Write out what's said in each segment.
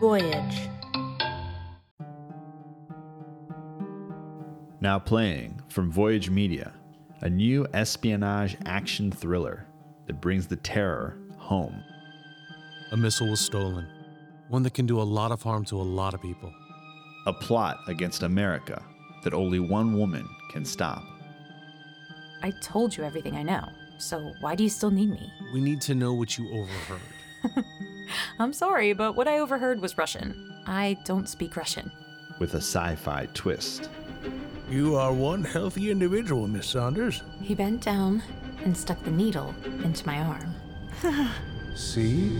Voyage. Now playing from Voyage Media, a new espionage action thriller that brings the terror home. A missile was stolen, one that can do a lot of harm to a lot of people. A plot against America that only one woman can stop. I told you everything I know, so why do you still need me? We need to know what you overheard. I'm sorry, but what I overheard was Russian. I don't speak Russian. With a sci fi twist. You are one healthy individual, Miss Saunders. He bent down and stuck the needle into my arm. See?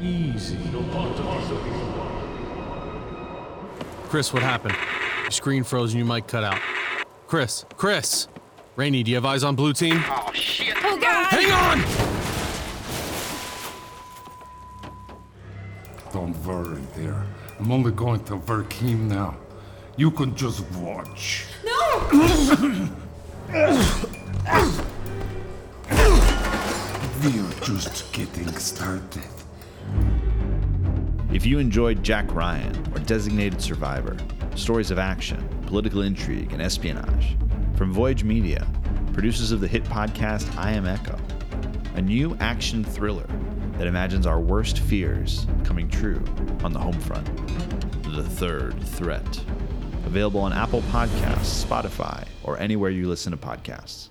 Easy. Chris, what happened? Your screen froze and you might cut out. Chris, Chris! Rainey, do you have eyes on blue team? Oh god! Hang on! Don't worry, dear. I'm only going to Verkeem now. You can just watch. No! We're just getting started. If you enjoyed Jack Ryan or Designated Survivor, stories of action, political intrigue, and espionage, from Voyage Media, producers of the hit podcast I Am Echo, a new action thriller that imagines our worst fears coming true on the home front. The Third Threat. Available on Apple Podcasts, Spotify, or anywhere you listen to podcasts.